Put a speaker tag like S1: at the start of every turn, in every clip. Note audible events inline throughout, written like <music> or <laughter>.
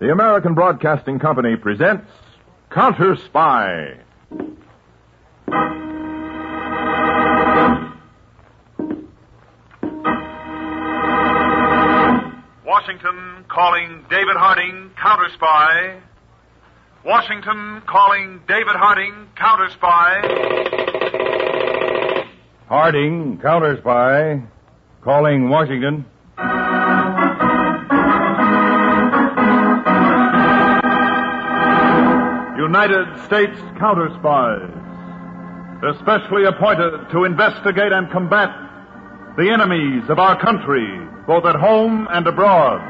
S1: The American Broadcasting Company presents Counter Spy.
S2: Washington calling David Harding counter spy. Washington calling David Harding counter spy.
S1: Harding, counter spy, calling Washington. United States counter spies, especially appointed to investigate and combat the enemies of our country, both at home and abroad.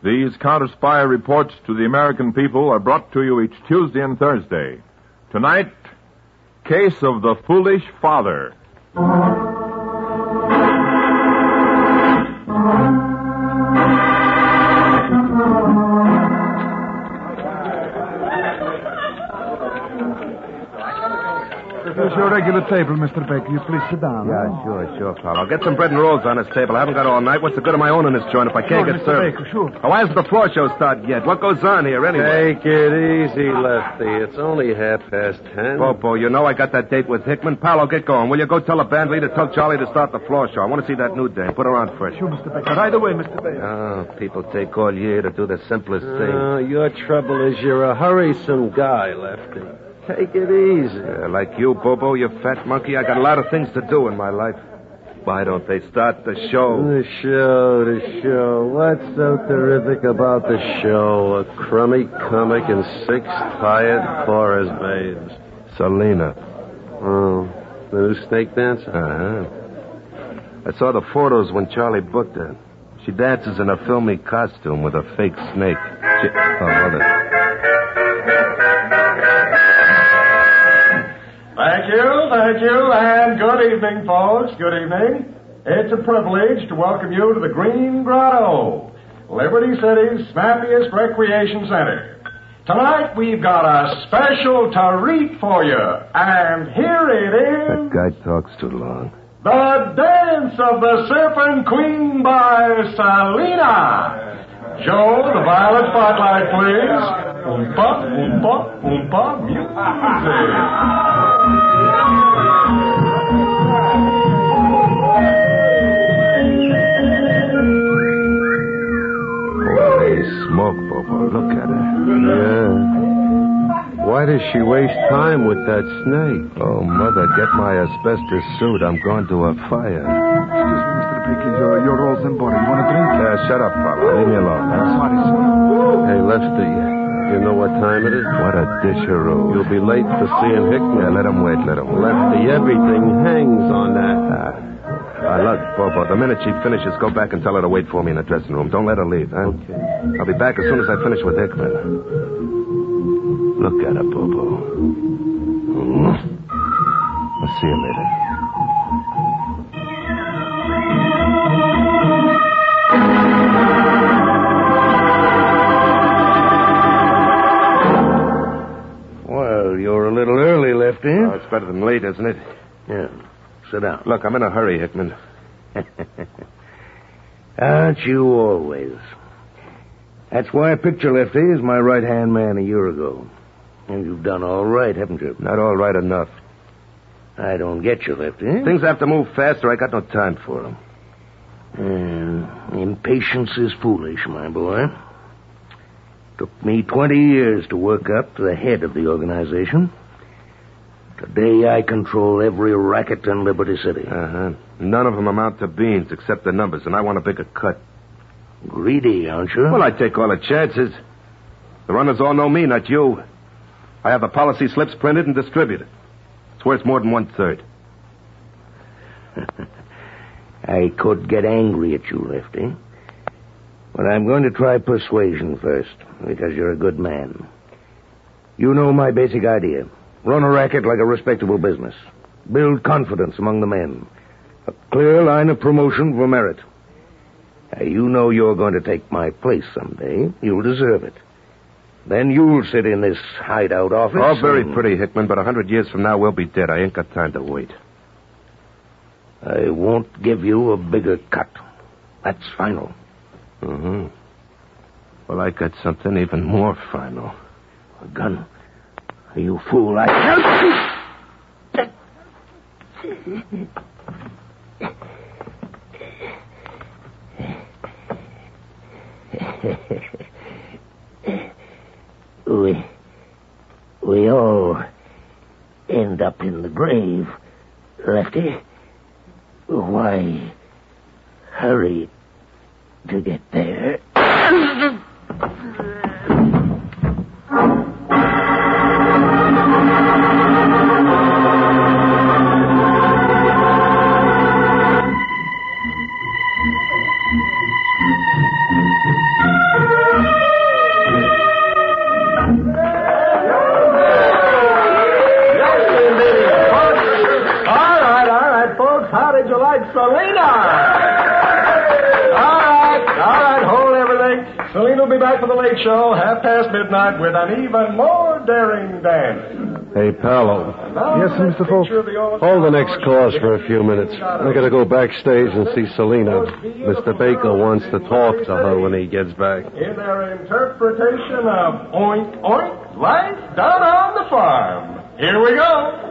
S1: These counter spy reports to the American people are brought to you each Tuesday and Thursday. Tonight, Case of the Foolish Father.
S3: Here's your regular table, Mr. Baker. You please sit down.
S4: Yeah, sure, sure, pal. I'll get some bread and rolls on this table. I haven't got all night. What's the good of my owning this joint if I can't
S3: Sure,
S4: get
S3: Mr.
S4: served?
S3: Baker, sure.
S4: Oh, why hasn't the floor show started yet? What goes on here, anyway?
S5: Take it easy, Lefty. It's only half past ten.
S4: Bobo, you know I got that date with Hickman. Paolo, get going. Will you go tell the band leader, tell Charlie to start the floor show? I want to see that new dame. Put her on fresh.
S3: Sure, Mr. Baker. Right away, Mr. Baker.
S4: Oh, people take all year to do the simplest thing.
S5: Oh, your trouble is you're a hurrysome guy, Lefty. Take it easy.
S4: Yeah, Uh, like you, Bobo, you fat monkey. I got a lot of things to do in my life. Why don't they start the show?
S5: The show, the show. What's so terrific about the show? A crummy comic and six tired chorus babes.
S4: Selena.
S5: Oh, the new snake dancer?
S4: Uh-huh. I saw the photos when Charlie booked her. She dances in a filmy costume with a fake snake. She... Oh, mother.
S6: Thank you, thank you, and good evening, folks. Good evening. It's a privilege to welcome you to the Green Grotto, Liberty City's snappiest recreation center. Tonight we've got a special tarit for you, and here it
S4: That
S6: is
S4: guy talks too long.
S6: The Dance of the Serpent Queen by Selena. Joe, the violet spotlight, please. Oompa, oompa, oompa, music.
S4: Holy smoke, Bobo. Look at her.
S5: Why does she waste time with that snake?
S4: Yeah. Oh, mother, get my asbestos suit. I'm going to a fire.
S3: Excuse me, Mr. Baker. Your, your rolls and butter. You want a drink?
S4: Yeah, shut up, fella. Leave me alone. huh?
S3: Sorry, sir.
S5: Hey, Lefty, you know what time it is?
S4: What a disharoo.
S5: You'll be late for seeing Hickman.
S4: Yeah, let him wait. Let him wait.
S5: Lefty, everything hangs on that.
S4: Ah. Ah, look, Bobo, the minute she finishes, go back and tell her to wait for me in the dressing room. Don't let her leave, huh? Okay. I'll be back as soon as I finish with Hickman. Look at her, Bobo. Hmm. I'll see you later.
S5: Well, you're a little early, Lefty.
S4: Oh, it's better than late, isn't it?
S5: yeah. Sit down.
S4: Look, I'm in a hurry, Hickman.
S5: Aren't you always? That's why I picked you, Lefty, as my right hand man a year ago. And you've done all right, haven't you?
S4: Not all right enough.
S5: I don't get you, Lefty.
S4: Things have to move faster. I got no time for them.
S5: Uh, impatience is foolish, my boy. Took me 20 years to work up to the head of the organization. Today I control every racket in Liberty City.
S4: Uh-huh. None of them amount to beans except the numbers, and I want a bigger cut.
S5: Greedy, aren't you?
S4: Well, I take all the chances. The runners all know me, not you. I have the policy slips printed and distributed. It's worth more than one third.
S5: I could get angry at you, Lefty. But I'm going to try persuasion first, because you're a good man. You know my basic idea. Run a racket like a respectable business. Build confidence among the men. A clear line of promotion for merit. Now, you know you're going to take my place someday. You'll deserve it. Then you'll sit in this hideout office.
S4: All Oh, very
S5: and-
S4: pretty, Hickman, but a hundred years from now we'll be dead. I ain't got time to wait.
S5: I won't give you a bigger cut. That's final.
S4: Mm-hmm. Well, I got something even more final.
S5: A gun. You fool, I.
S7: we. We all end up in the grave, Lefty. Why hurry to get there?
S6: All right, all right, folks. How did you like Selena? All right, all right, hold everything. Selena will be back for the late show half past midnight with an even more daring dance.
S4: Hey, Paolo,
S6: Yes,
S3: Mr. Folk.
S4: hold the next course for a few minutes. I gotta go backstage and see Selena. Mr. Baker wants to talk to her when he gets back.
S6: In their interpretation of oink oink life down on the farm. Here we go.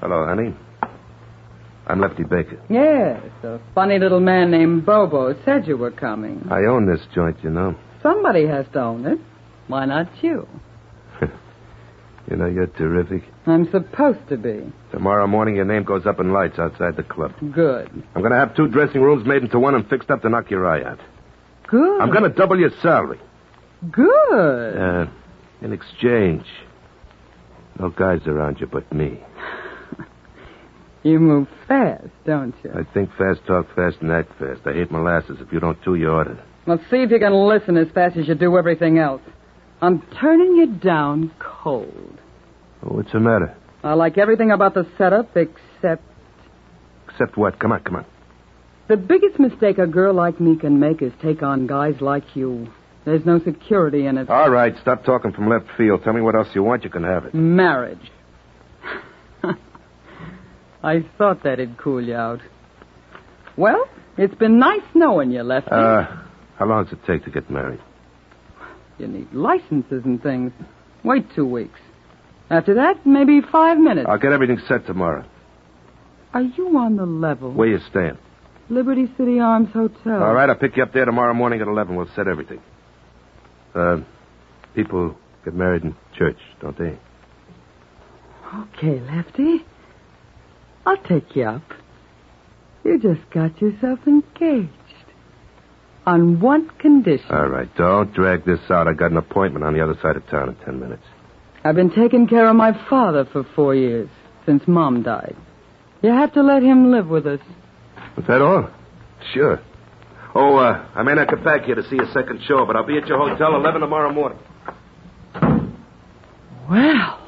S4: Hello, honey. I'm Lefty Baker.
S8: Yes, a funny little man named Bobo said you were coming.
S4: I own this joint, you know.
S8: Somebody has to own it. Why not you?
S4: You know, you're terrific.
S8: I'm supposed to be.
S4: Tomorrow morning, your name goes up in lights outside the club.
S8: Good.
S4: I'm gonna have two dressing rooms made into one and fixed up to knock your eye out.
S8: Good.
S4: I'm gonna double your salary.
S8: Good.
S4: Uh, in exchange, no guys around you but me.
S8: You move fast, don't you?
S4: I think fast, talk fast, and act fast. I hate molasses. If you don't do, you order.
S8: Well, see if you can listen as fast as you do everything else. I'm turning you down cold.
S4: Oh, what's the matter?
S8: I like everything about the setup except
S4: Except what? Come on, come on.
S8: the biggest mistake a girl like me can make is take on guys like you. There's no security in it.
S4: All right, stop talking from left field. Tell me what else you want. You can have it.
S8: Marriage. <laughs> I thought that'd cool you out. Well, it's been nice knowing you, Lefty.
S4: Uh, how long does it take to get married?
S8: you need licenses and things. Wait two weeks. After that, maybe five minutes.
S4: I'll get everything set tomorrow.
S8: Are you on the level?
S4: Where you staying?
S8: Liberty City Arms Hotel.
S4: All right, I'll pick you up there tomorrow morning at 11. We'll set everything. Uh, people get married in church, don't they?
S8: Okay, Lefty. I'll take you up. You just got yourself engaged. On one condition.
S4: All right, don't drag this out. I got an appointment on the other side of town in 10 minutes.
S8: I've been taking care of my father for four years, since Mom died. You have to let him live with us.
S4: Is that all? Sure. Oh, uh, I may not get back here to see your second show, but I'll be at your hotel 11 tomorrow morning.
S8: Well.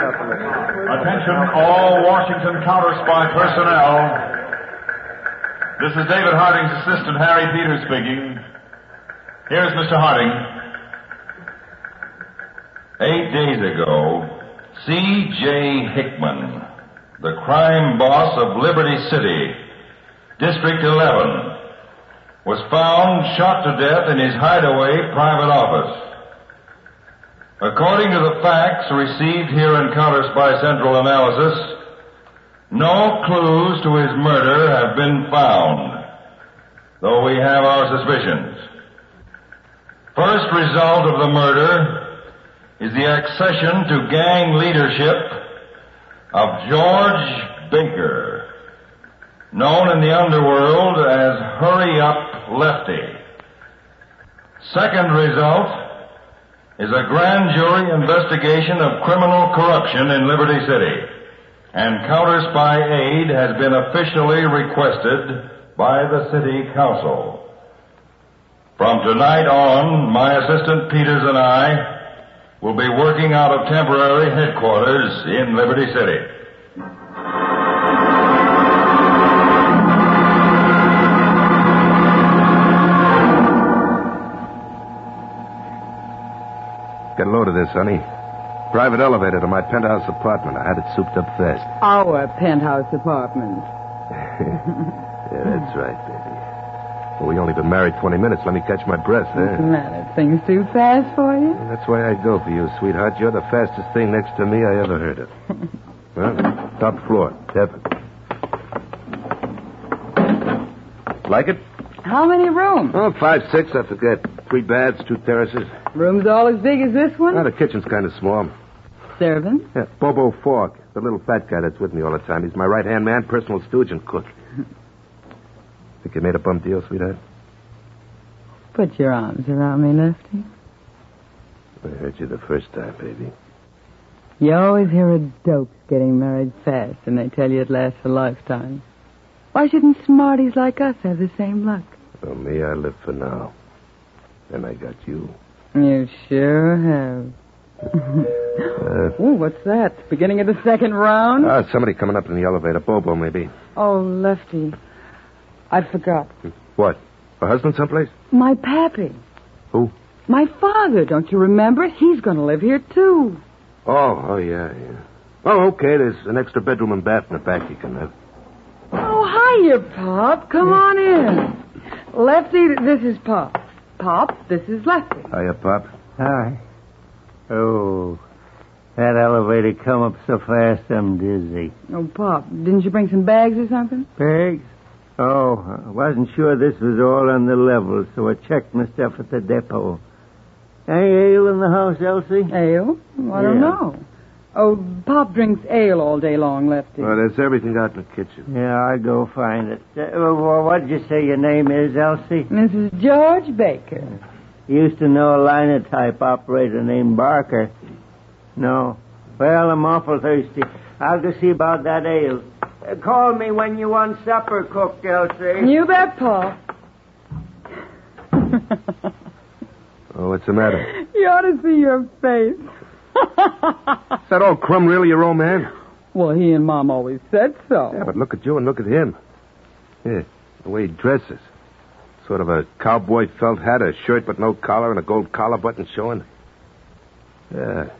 S2: Attention all Washington counter spy personnel. This is David Harding's assistant, Harry Peters, speaking. Here's Mr. Harding. Eight days ago, C.J. Hickman, the crime boss of Liberty City, District 11, was found shot to death in his hideaway private office. According to the facts received here in Counters by Central Analysis, no clues to his murder have been found, though we have our suspicions. First result of the murder is the accession to gang leadership of George Baker, known in the underworld as Hurry Up Lefty. Second result, is a grand jury investigation of criminal corruption in Liberty City. And counter spy aid has been officially requested by the city council. From tonight on, my assistant Peters and I will be working out of temporary headquarters in Liberty City.
S4: Get a load of this, honey. Private elevator to my penthouse apartment. I had it souped up fast.
S8: Our penthouse apartment.
S4: Yeah, that's right, baby. Well, we only been married 20 minutes. Let me catch my breath,
S8: What's the
S4: eh?
S8: matter? Things too fast for you?
S4: That's why I go for you, sweetheart. You're the fastest thing next to me I ever heard of. well, top floor, heaven. Like it?
S8: How many rooms?
S4: Oh, five, six, I forget. Three baths, two terraces.
S8: Rooms all as big as this
S4: Now,
S8: one?
S4: the kitchen's kind of small.
S8: Servants?
S4: Yeah, Bobo Fork, the little fat guy that's with me all the time. He's my right hand man, personal stooge and cook. Think you made a bum deal, sweetheart?
S8: Put your arms around me, Lefty.
S4: I heard you the first time, baby.
S8: You always hear of dopes getting married fast, and they tell you it lasts a lifetime. Why shouldn't smarties like us have the same luck?
S4: Well, me, I live for now. Then I got you.
S8: You sure have.
S4: Uh,
S8: Ooh, what's that? Beginning of the second round?
S4: ah, somebody coming up in the elevator. Bobo, maybe.
S8: oh, Lefty. I forgot.
S4: What? A husband someplace?
S8: My pappy.
S4: Who?
S8: My father, don't you remember? He's going to live here, too.
S4: Oh, oh, yeah, yeah. Oh, okay, there's an extra bedroom and bath in the back you can uh, have.
S8: Oh, hiya, Pop. Come on in. Lefty, this is Pop. Pop, this is Lefty.
S4: Hiya, Pop.
S9: Hi. Oh, that elevator come up so fast I'm dizzy.
S8: Oh, Pop, didn't you bring some bags or something?
S9: Pegs? Oh, I wasn't sure this was all on the level, so I checked my stuff at the depot. Any ale in the house, Elsie?
S8: Ale? Oh, I don't
S9: Yeah.
S8: know. Oh, Pop drinks ale all day long, Lefty.
S4: Well, there's everything out in the kitchen.
S9: Yeah, I'll go find it. Uh, well, what did you say your name is, Elsie?
S8: Mrs. George Baker.
S9: Used to know a linotype operator named Barker. No. Well, I'm awful thirsty. I'll go see about that ale. Uh, call me when you want supper cooked, Elsie.
S8: You bet, Pop.
S4: Oh, what's the matter?
S8: <laughs> You ought to see your <laughs> face.
S4: Is that old crumb really your old man?
S8: well, he and Mom always said so.
S4: Yeah, but look at you and look at him. Yeah, the way he dresses. Sort of a cowboy felt hat, a shirt but no collar, and a gold collar button showing. Yeah.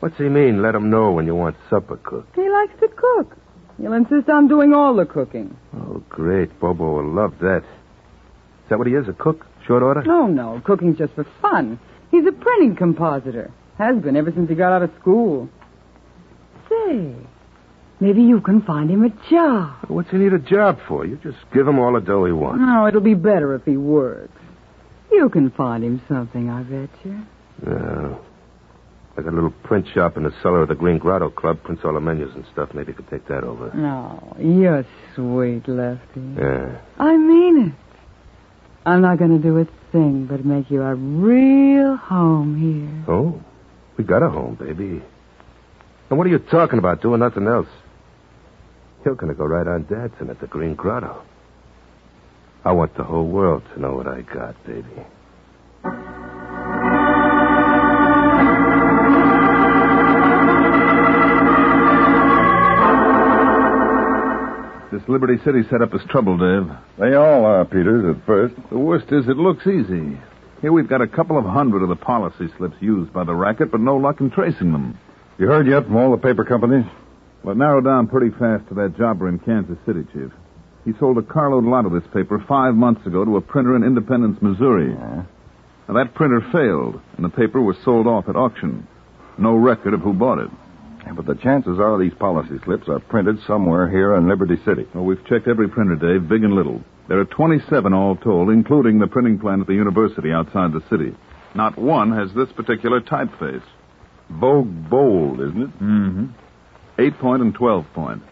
S4: What's he mean, let him know when you want supper cooked?
S8: He likes to cook. He'll insist on doing all the cooking.
S4: Oh, great. Bobo will love that. Is that what he is, a cook? Short order?
S8: No, no, cooking's just for fun. He's a printing compositor. Has been ever since he got out of school. Say, maybe you can find him a job.
S4: What's he need a job for? You just give him all the dough he wants.
S8: No, it'll be better if he works. You can find him something, I bet you.
S4: Yeah. I got Uh, a little print shop in the cellar of the Green Grotto Club. Prints all the menus and stuff. Maybe you could take that over. Uh,
S8: No, you're sweet, Lefty.
S4: Yeah.
S8: I mean it. I'm not going to do a thing but make you a real home here.
S4: Oh, we got a home, baby. And what are you talking about doing nothing else? You're going to go right on dancing at the Green Grotto. I want the whole world to know what I got, baby.
S1: This Liberty City setup is trouble, Dave. They all are, Peters, at first. The worst is it looks easy. Here we've got a couple of hundred of the policy slips used by the racket, but no luck in tracing them.
S6: You heard yet from all the paper companies?
S1: Well, it narrowed down pretty fast to that jobber in Kansas City, Chief. He sold a carload lot of this paper five months ago to a printer in Independence, Missouri. Now, that printer failed, and the paper was sold off at auction. No record of who bought it.
S6: Yeah, But the chances are these policy slips are printed somewhere here in Liberty City.
S1: Well, we've checked every printer, Dave, big and little. There are 27 all told, including the printing plant at the university outside the city. Not one has this particular typeface.
S6: Vogue Bold, isn't it?
S1: Mm-hmm. Eight point and twelve point.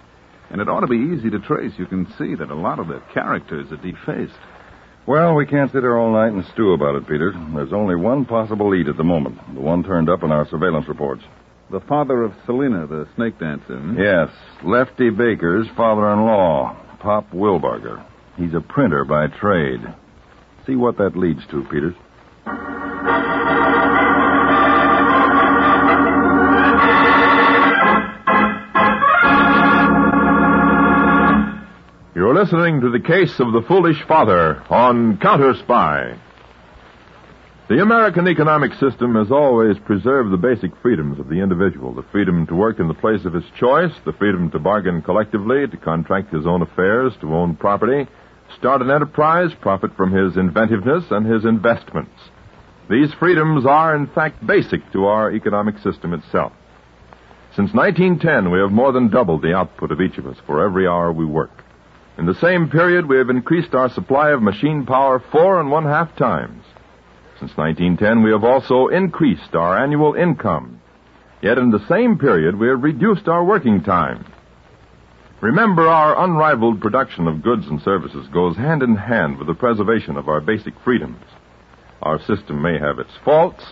S1: And it ought to be easy to trace. You can see that a lot of the characters are defaced.
S6: Well, we can't sit here all night and stew about it, Peter. There's only one possible lead at the moment. The one turned up in our surveillance reports.
S1: The father of Selena, the snake dancer. hmm?
S6: Yes, Lefty Baker's father-in-law, Pop Wilbarger. He's a printer by trade. See what that leads to, Peters.
S10: listening to the case of the foolish father on Counter Spy. The American economic system has always preserved the basic freedoms of the individual the freedom to work in the place of his choice, the freedom to bargain collectively, to contract his own affairs, to own property, start an enterprise, profit from his inventiveness and his investments. These freedoms are, in fact, basic to our economic system itself. Since 1910, we have more than doubled the output of each of us for every hour we work. In the same period, we have increased our supply of machine power four and one half times. Since 1910, we have also increased our annual income. Yet in the same period, we have reduced our working time. Remember, our unrivaled production of goods and services goes hand in hand with the preservation of our basic freedoms. Our system may have its faults.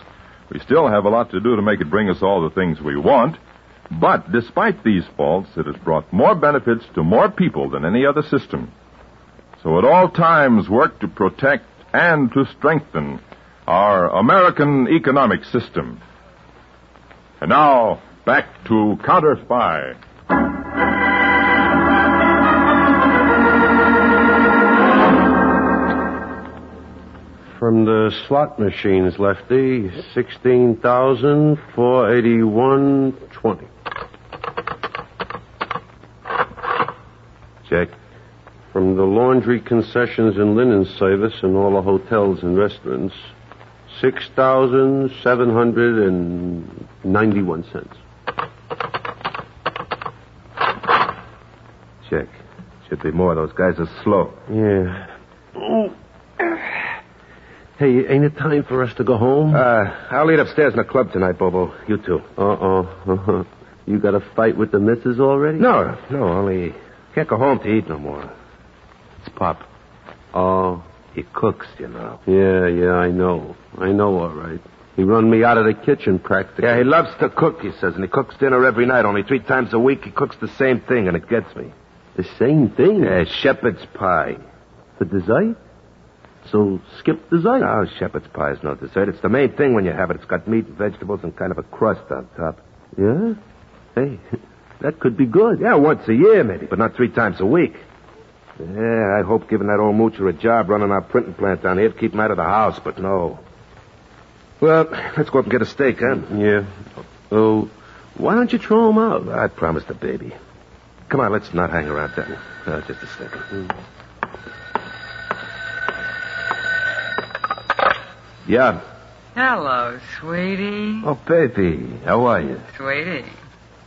S10: We still have a lot to do to make it bring us all the things we want. But despite these faults, it has brought more benefits to more people than any other system. So at all times, work to protect and to strengthen our American economic system. And now, back to Counter Spy.
S11: From the slot machines, Lefty, sixteen thousand four eighty-one twenty.
S4: Check.
S11: From the laundry concessions and linen service and all the hotels and restaurants, six thousand seven hundred and ninety-one cents.
S4: Check. Should be more. Those guys are slow.
S11: Yeah. Hey, ain't it time for us to go home?
S4: Uh, I'll eat upstairs in the club tonight, Bobo. You too. Uh-uh. Uh-huh.
S11: Uh-oh. you got a fight with the missus already?
S4: No, no, only can't go home to eat no more. It's Pop.
S11: Oh,
S4: He cooks, you know.
S11: yeah, yeah, I know. I know, all right. He run me out of the kitchen practically.
S4: Yeah, he loves to cook, he says, and he cooks dinner every night. Only three times a week he cooks the same thing, and it gets me.
S11: The same thing.
S4: Yeah, shepherd's pie.
S11: For dessert? So skip dessert.
S4: Oh, shepherd's pie is no dessert. It's the main thing when you have it. It's got meat, vegetables, and kind of a crust on top.
S11: Yeah?
S4: <laughs>
S11: Hey, that could be good.
S4: Yeah, once a year, maybe, but not three times a week. Yeah, I hope giving that old moocher a job running our printing plant down here would keep him out of the house, but no. Well, <laughs> let's go up and get a steak, huh?
S11: Yeah. Oh, why don't you throw him out?
S4: I promised the baby. Come on, let's not hang around that. Uh, just a
S11: Mm.
S4: second. Yeah.
S12: Hello, sweetie.
S4: Oh, baby, how are you?
S12: Sweetie.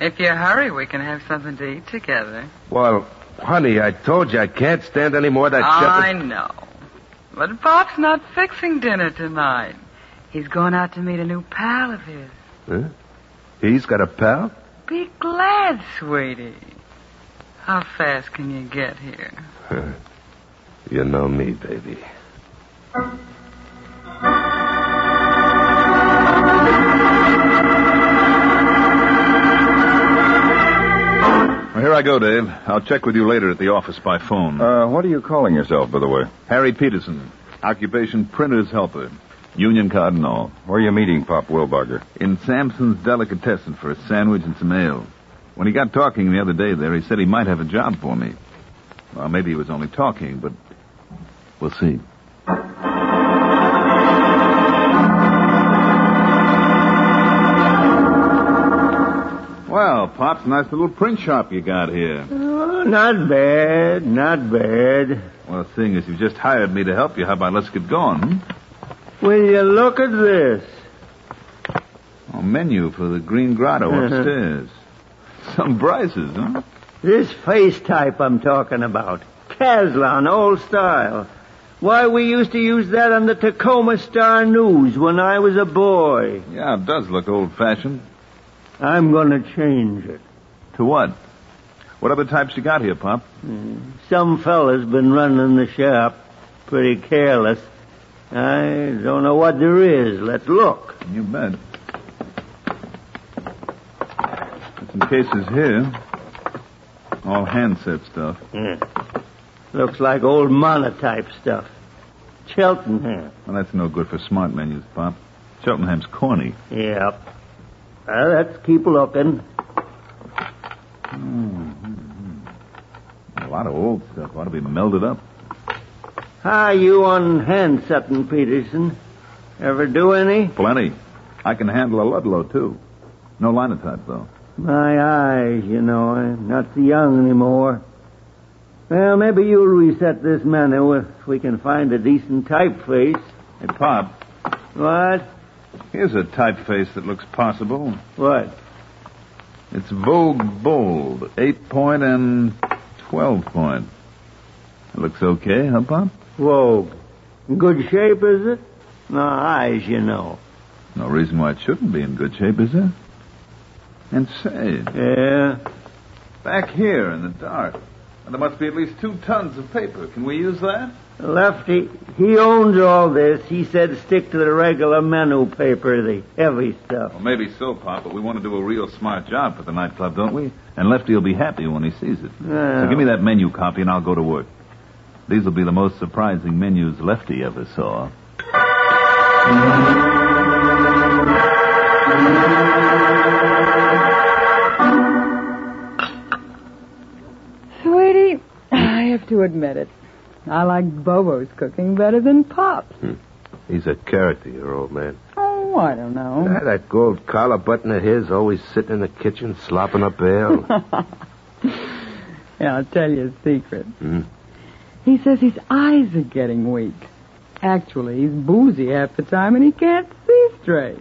S12: If you hurry, we can have something to eat together.
S4: Well, honey, I told you I can't stand any more of that
S12: I
S4: Uh, shepherd.
S12: know. But Pop's not fixing dinner tonight. He's going out to meet a new pal of his.
S4: Huh? He's got a pal?
S12: Be glad, sweetie. How fast can you get here?
S4: You know me, baby.
S1: Well, here I go, Dave. I'll check with you later at the office by phone.
S2: Uh, what are you calling yourself, by the way?
S1: Harry Peterson, occupation printer's helper, union card and all.
S2: Where are you meeting Pop Wilbarger?
S1: In Samson's delicatessen for a sandwich and some ale. When he got talking the other day there, he said he might have a job for me. Well, maybe he was only talking, but we'll see. Well, Pop's nice little print shop you got here.
S9: Oh, not bad, not bad.
S1: Well, seeing as you've just hired me to help you, how about let's get going? Hmm?
S9: Will you look at this?
S1: A menu for the Green Grotto upstairs. Some prices, huh?
S9: This face type I'm talking about. Caslon, old style. Why, we used to use that on the Tacoma Star News when I was a boy.
S1: Yeah, it does look old fashioned.
S9: I'm gonna change it.
S1: To what? What other types you got here, Pop?
S9: Some fella's been running the shop. Pretty careless. I don't know what there is. Let's look.
S1: You bet. Got some cases here. All handset stuff.
S9: Looks like old monotype stuff. Cheltenham.
S1: Hmm. Well, that's no good for smart menus, Pop. Cheltenham's corny.
S9: Yep. Well, let's keep looking.
S1: A lot of old stuff ought to be melded up.
S9: How you on hand setting, Peterson? Ever do any?
S1: Plenty. I can handle a Ludlow, too. No linotype, though.
S9: My eyes, you know, I'm not so young anymore. Well, maybe you'll reset this menu if we can find a decent typeface.
S1: Hey, Pop.
S9: What?
S1: Here's a typeface that looks possible.
S9: What?
S1: It's Vogue Bold, 8 point and 12 point. It looks okay, huh, Pop?
S9: Whoa. Good shape, is it? No eyes, you know.
S1: No reason why it shouldn't be in good shape, is there? And say.
S9: Yeah?
S1: Back here in the dark. There must be at least two tons of paper. Can we use that?
S9: Lefty, he owns all this. He said stick to the regular menu paper, the heavy stuff.
S1: Well, maybe so, Pop, but we want to do a real smart job for the nightclub, don't we? And Lefty will be happy when he sees it.
S9: Well.
S1: So give me that menu copy and I'll go to work. These will be the most surprising menus Lefty ever saw.
S8: Sweetie, I have to admit it. I like Bobo's cooking better than Pop's.
S4: He's a character, your old man.
S8: Oh, I don't know.
S4: Ah, that gold collar button of his always sitting in the kitchen slopping
S8: <laughs>
S4: up ale.
S8: Yeah, I'll tell you a secret.
S4: Hmm.
S8: He says his eyes are getting weak. Actually, he's boozy half the time and he can't see straight.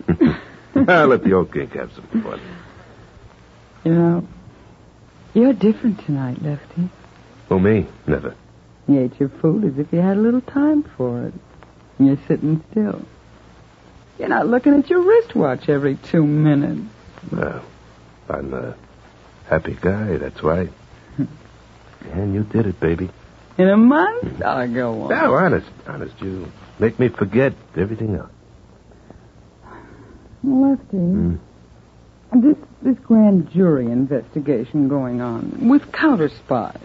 S4: I'll let the old gink have some fun.
S8: You know, you're different tonight, Lefty.
S4: Oh, me? Never.
S8: You ate your food as if you had a little time for it. And you're sitting still. You're not looking at your wristwatch every two minutes.
S4: Well, I'm a happy guy, that's why. and you did it, baby.
S8: In a month, I'll go on.
S4: No, honest, honest, you make me forget everything else.
S8: Lefty,
S4: Hmm.
S8: this this grand jury investigation going on with counter spies.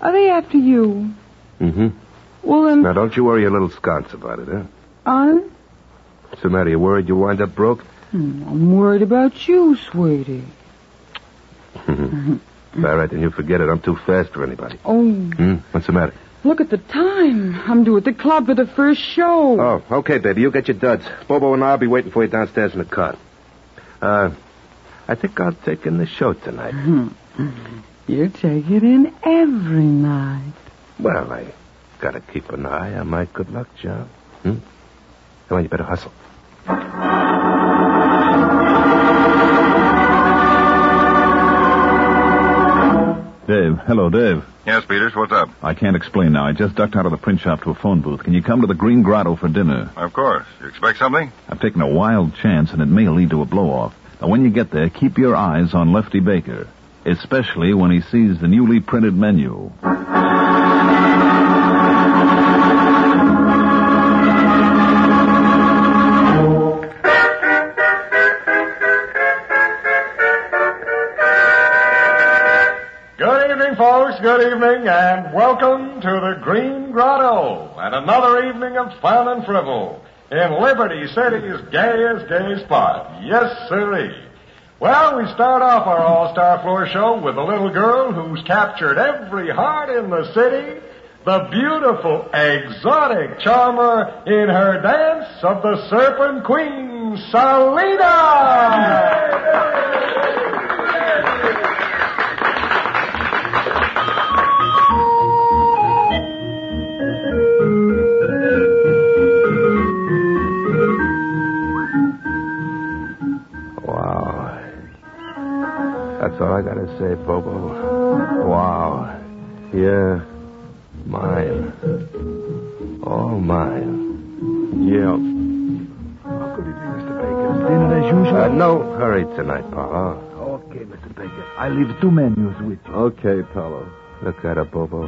S8: Are they after you?
S4: Mm-hmm.
S8: Well, then,
S4: Now, don't you worry a little sconce about it, huh?
S8: I,
S4: What's the matter? You worried you wind up broke?
S8: hmm, I'm worried about you, sweetie.
S4: Mm-hmm. All right, then you forget it. I'm too fast for anybody.
S8: Oh,
S4: Hmm? What's the matter?
S8: look at the time. I'm due at the club for the first show.
S4: Oh, okay, baby. You get your duds. Bobo and I'll be waiting for you downstairs in the car. Uh, I think I'll take in the show tonight.
S8: You take it in every night.
S4: Well, I gotta keep an eye on my good luck job. Hmm? Come on, you better hustle.
S1: Dave. Hello, Dave.
S2: Yes, Peters, what's up?
S1: I can't explain now. I just ducked out of the print shop to a phone booth. Can you come to the Green Grotto for dinner?
S2: Of course. You expect something?
S1: I've taken a wild chance, and it may lead to a blow-off. Now, when you get there, keep your eyes on Lefty Baker, especially when he sees the newly printed menu.
S6: Good evening, folks. Good evening, and welcome to the Green Grotto and another evening of fun and frivol in Liberty City's gayest gay spot. Yes, sirree. Well, we start off our all-star floor show with a little girl who's captured every heart in the city, the beautiful, exotic charmer in her dance of the Serpent Queen, Salina.
S4: Wow. That's all I gotta say, Bobo. Wow. Yeah. Mine. All mine. Yeah.
S3: Dinner as usual.
S4: Uh, no hurry tonight, Paolo.
S3: Okay, Mr. Baker. I leave two menus with you.
S4: Okay, Paolo. Look at her, Bobo.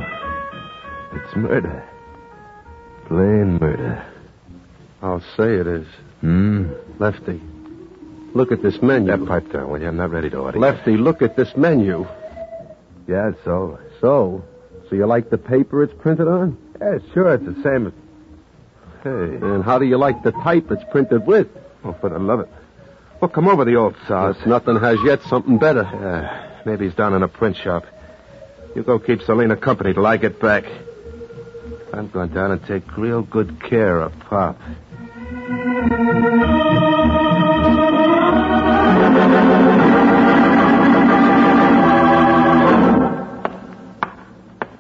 S4: It's murder. Plain murder.
S11: I'll say it is.
S4: Hmm?
S11: Lefty, look at this menu.
S4: That pipe down, will you? I'm not ready to order.
S11: Lefty, look at this menu.
S4: Yeah, so.
S11: So, so you like the paper it's printed on?
S4: Yeah, sure, it's the same. as- Hey.
S11: And how do you like the type it's printed with?
S4: Oh, but I love it. Well, come over the old souse.
S11: Nothing has yet something better.
S4: Uh, maybe he's down in a print shop. You go keep Selena company till I get back. I'm going down and take real good care of Pop.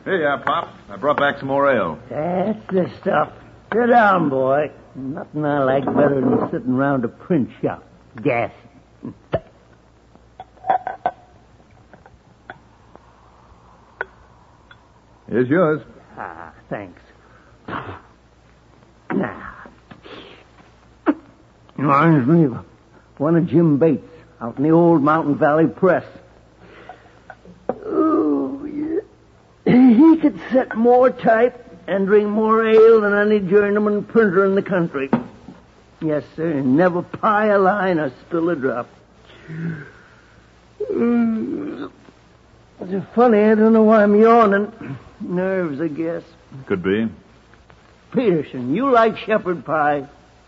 S1: Here you are, uh, Pop. I brought back some more ale.
S13: That's
S9: the stuff. Sit down, boy. Nothing I like better than sitting around a print shop. Gas.
S1: Here's yours.
S9: Ah, <sighs> thanks. Now, reminds me of one of Jim Bates out in the old Mountain Valley Press. Ooh, yeah. he could set more type and drink more ale than any journeyman printer in the country. Yes, sir, and never pie a line or spill a drop. Ooh, Mm, It's funny, I don't know why I'm yawning. Nerves, I guess.
S1: Could be.
S9: Peterson, you like shepherd pie?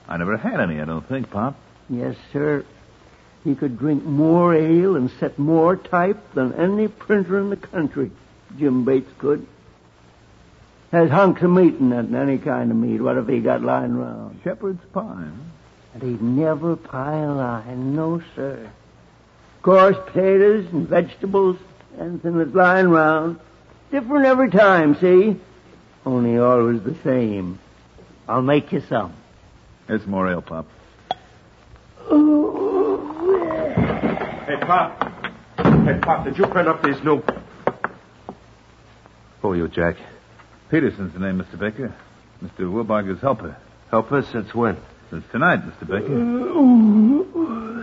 S1: I never had any, I don't think, Pop.
S9: Yes, sir. He could drink more ale and set more type than any printer in the country. Jim Bates could. Has hunks of meat in it, and any kind of meat, whatever he got lying around.
S1: Shepherd's pie.
S9: And he'd never pie a line, no, sir. Of course, potatoes and vegetables, anything that's lying round. Different every time, see? Only always the same. I'll make you some.
S1: It's more ale, Pop.
S3: Hey, Pop. Hey, Pop, did you print up these new.
S1: Who are you, Jack? Peterson's the name, Mr. Baker. Mr. Wilbarger's helper.
S4: Helper since when?
S1: Since tonight, Mr. Baker.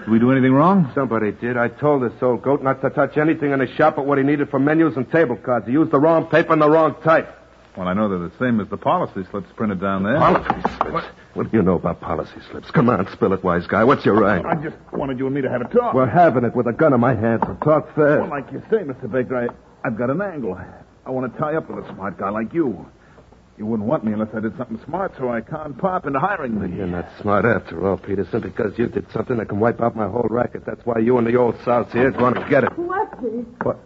S1: Did we do anything wrong?
S4: Somebody did. I told this old goat not to touch anything in the shop but what he needed for menus and table cards. He used the wrong paper and the wrong type.
S1: Well, I know they're the same as the policy slips printed down there.
S4: Policy slips? What? do you know about policy slips? Come on, spill it, wise guy. What's your rag?
S14: I just wanted you and me to have a talk.
S4: We're having it with a gun in my hand, so talk fast.
S14: Well, like you say, Mr. Baker, I, I've got an angle. I want to tie up with a smart guy like you. You wouldn't want me unless I did something smart, so I conned Pop into hiring me.
S4: You're not smart after all, Peterson, because you did something that can wipe out my whole racket. That's why you and the old South here going to get it.
S15: Lefty,
S4: What?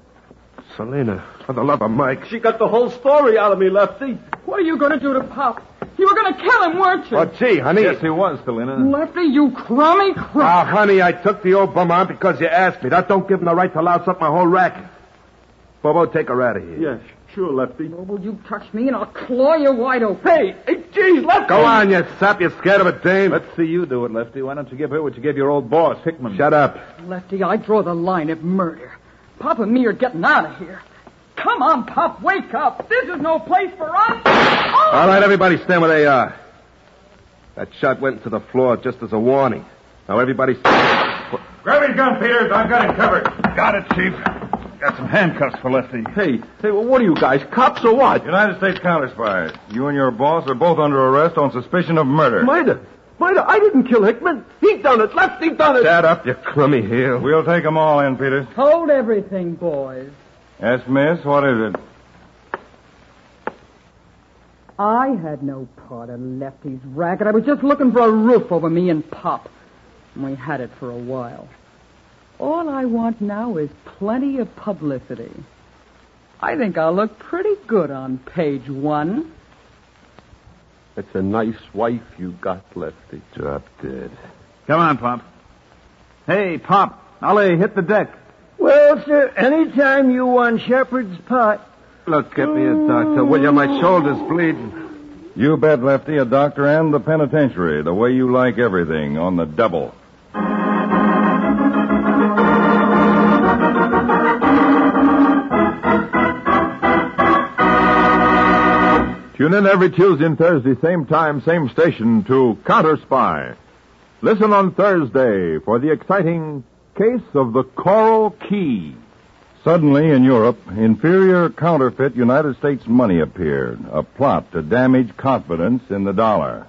S4: Selena, for the love of Mike.
S3: She got the whole story out of me, Lefty.
S6: What are you going to do to Pop? You were going to kill him, weren't you?
S4: Oh, gee, honey.
S1: Yes, he was, Selena.
S6: Lefty, you crummy
S4: Ah,
S6: crumb.
S4: honey, I took the old bum on because you asked me. That don't give him the right to louse up my whole racket. Bobo, take her out of here.
S3: Yes, sure, Lefty.
S6: Will you touch me and I'll claw you wide open. Hey,
S3: geez, Lefty.
S4: Go on, you sap. You're scared of a dame.
S1: Let's see you do it, Lefty. Why don't you give her what you gave your old boss, Hickman?
S4: Shut up.
S6: Lefty, I draw the line at murder. Pop and me are getting out of here. Come on, Pop, wake up. This is no place for us.
S4: All right, everybody, stand where they are. That shot went into the floor just as a warning. Now, everybody.
S3: Grab his gun, Peters. I've got it covered.
S1: Got it, Chief. Got some handcuffs for Lefty.
S3: Hey, hey, well, what are you guys, cops or what?
S2: United States counter spies. You and your boss are both under arrest on suspicion of murder.
S3: Mida. Mida, I didn't kill Hickman. He done it. Lefty done it.
S4: Shut up, you crummy heel.
S2: We'll take them all in, Peters.
S8: Hold everything, boys.
S2: Yes, miss, what is it?
S8: I had no part in Lefty's racket. I was just looking for a roof over me and Pop. And we had it for a while. All I want now is plenty of publicity. I think I'll look pretty good on page one.
S11: That's a nice wife you got, Lefty.
S4: Drop dead.
S1: Come on, Pop. Hey, Pop. Ollie, hit the deck.
S9: Well, sir, any time you want shepherd's pie.
S4: Look, get me a
S1: uh,
S4: doctor, will you? My shoulder's bleeding.
S2: You bet, Lefty, a doctor and the penitentiary, the way you like everything, on the double.
S10: Tune in every Tuesday and Thursday, same time, same station, to Counter Spy. Listen on Thursday for the exciting case of the Coral Key.
S2: Suddenly, in Europe, inferior counterfeit United States money appeared, a plot to damage confidence in the dollar.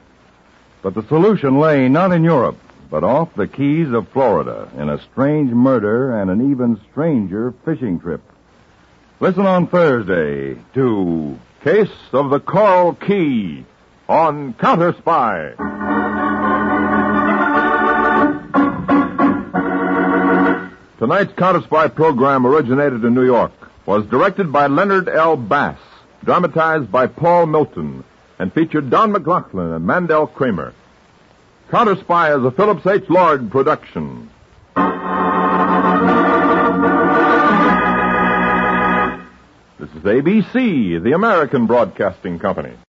S2: But the solution lay not in Europe, but off the keys of Florida in a strange murder and an even stranger fishing trip. Listen on Thursday to Case of the Coral Key on Counter Spy.
S10: Tonight's Counter Spy program originated in New York was directed by Leonard L. Bass, dramatized by Paul Milton, and featured Don McLaughlin and Mandel Kramer. Counter Spy is a Phillips H. Lord production. This is ABC, the American Broadcasting Company.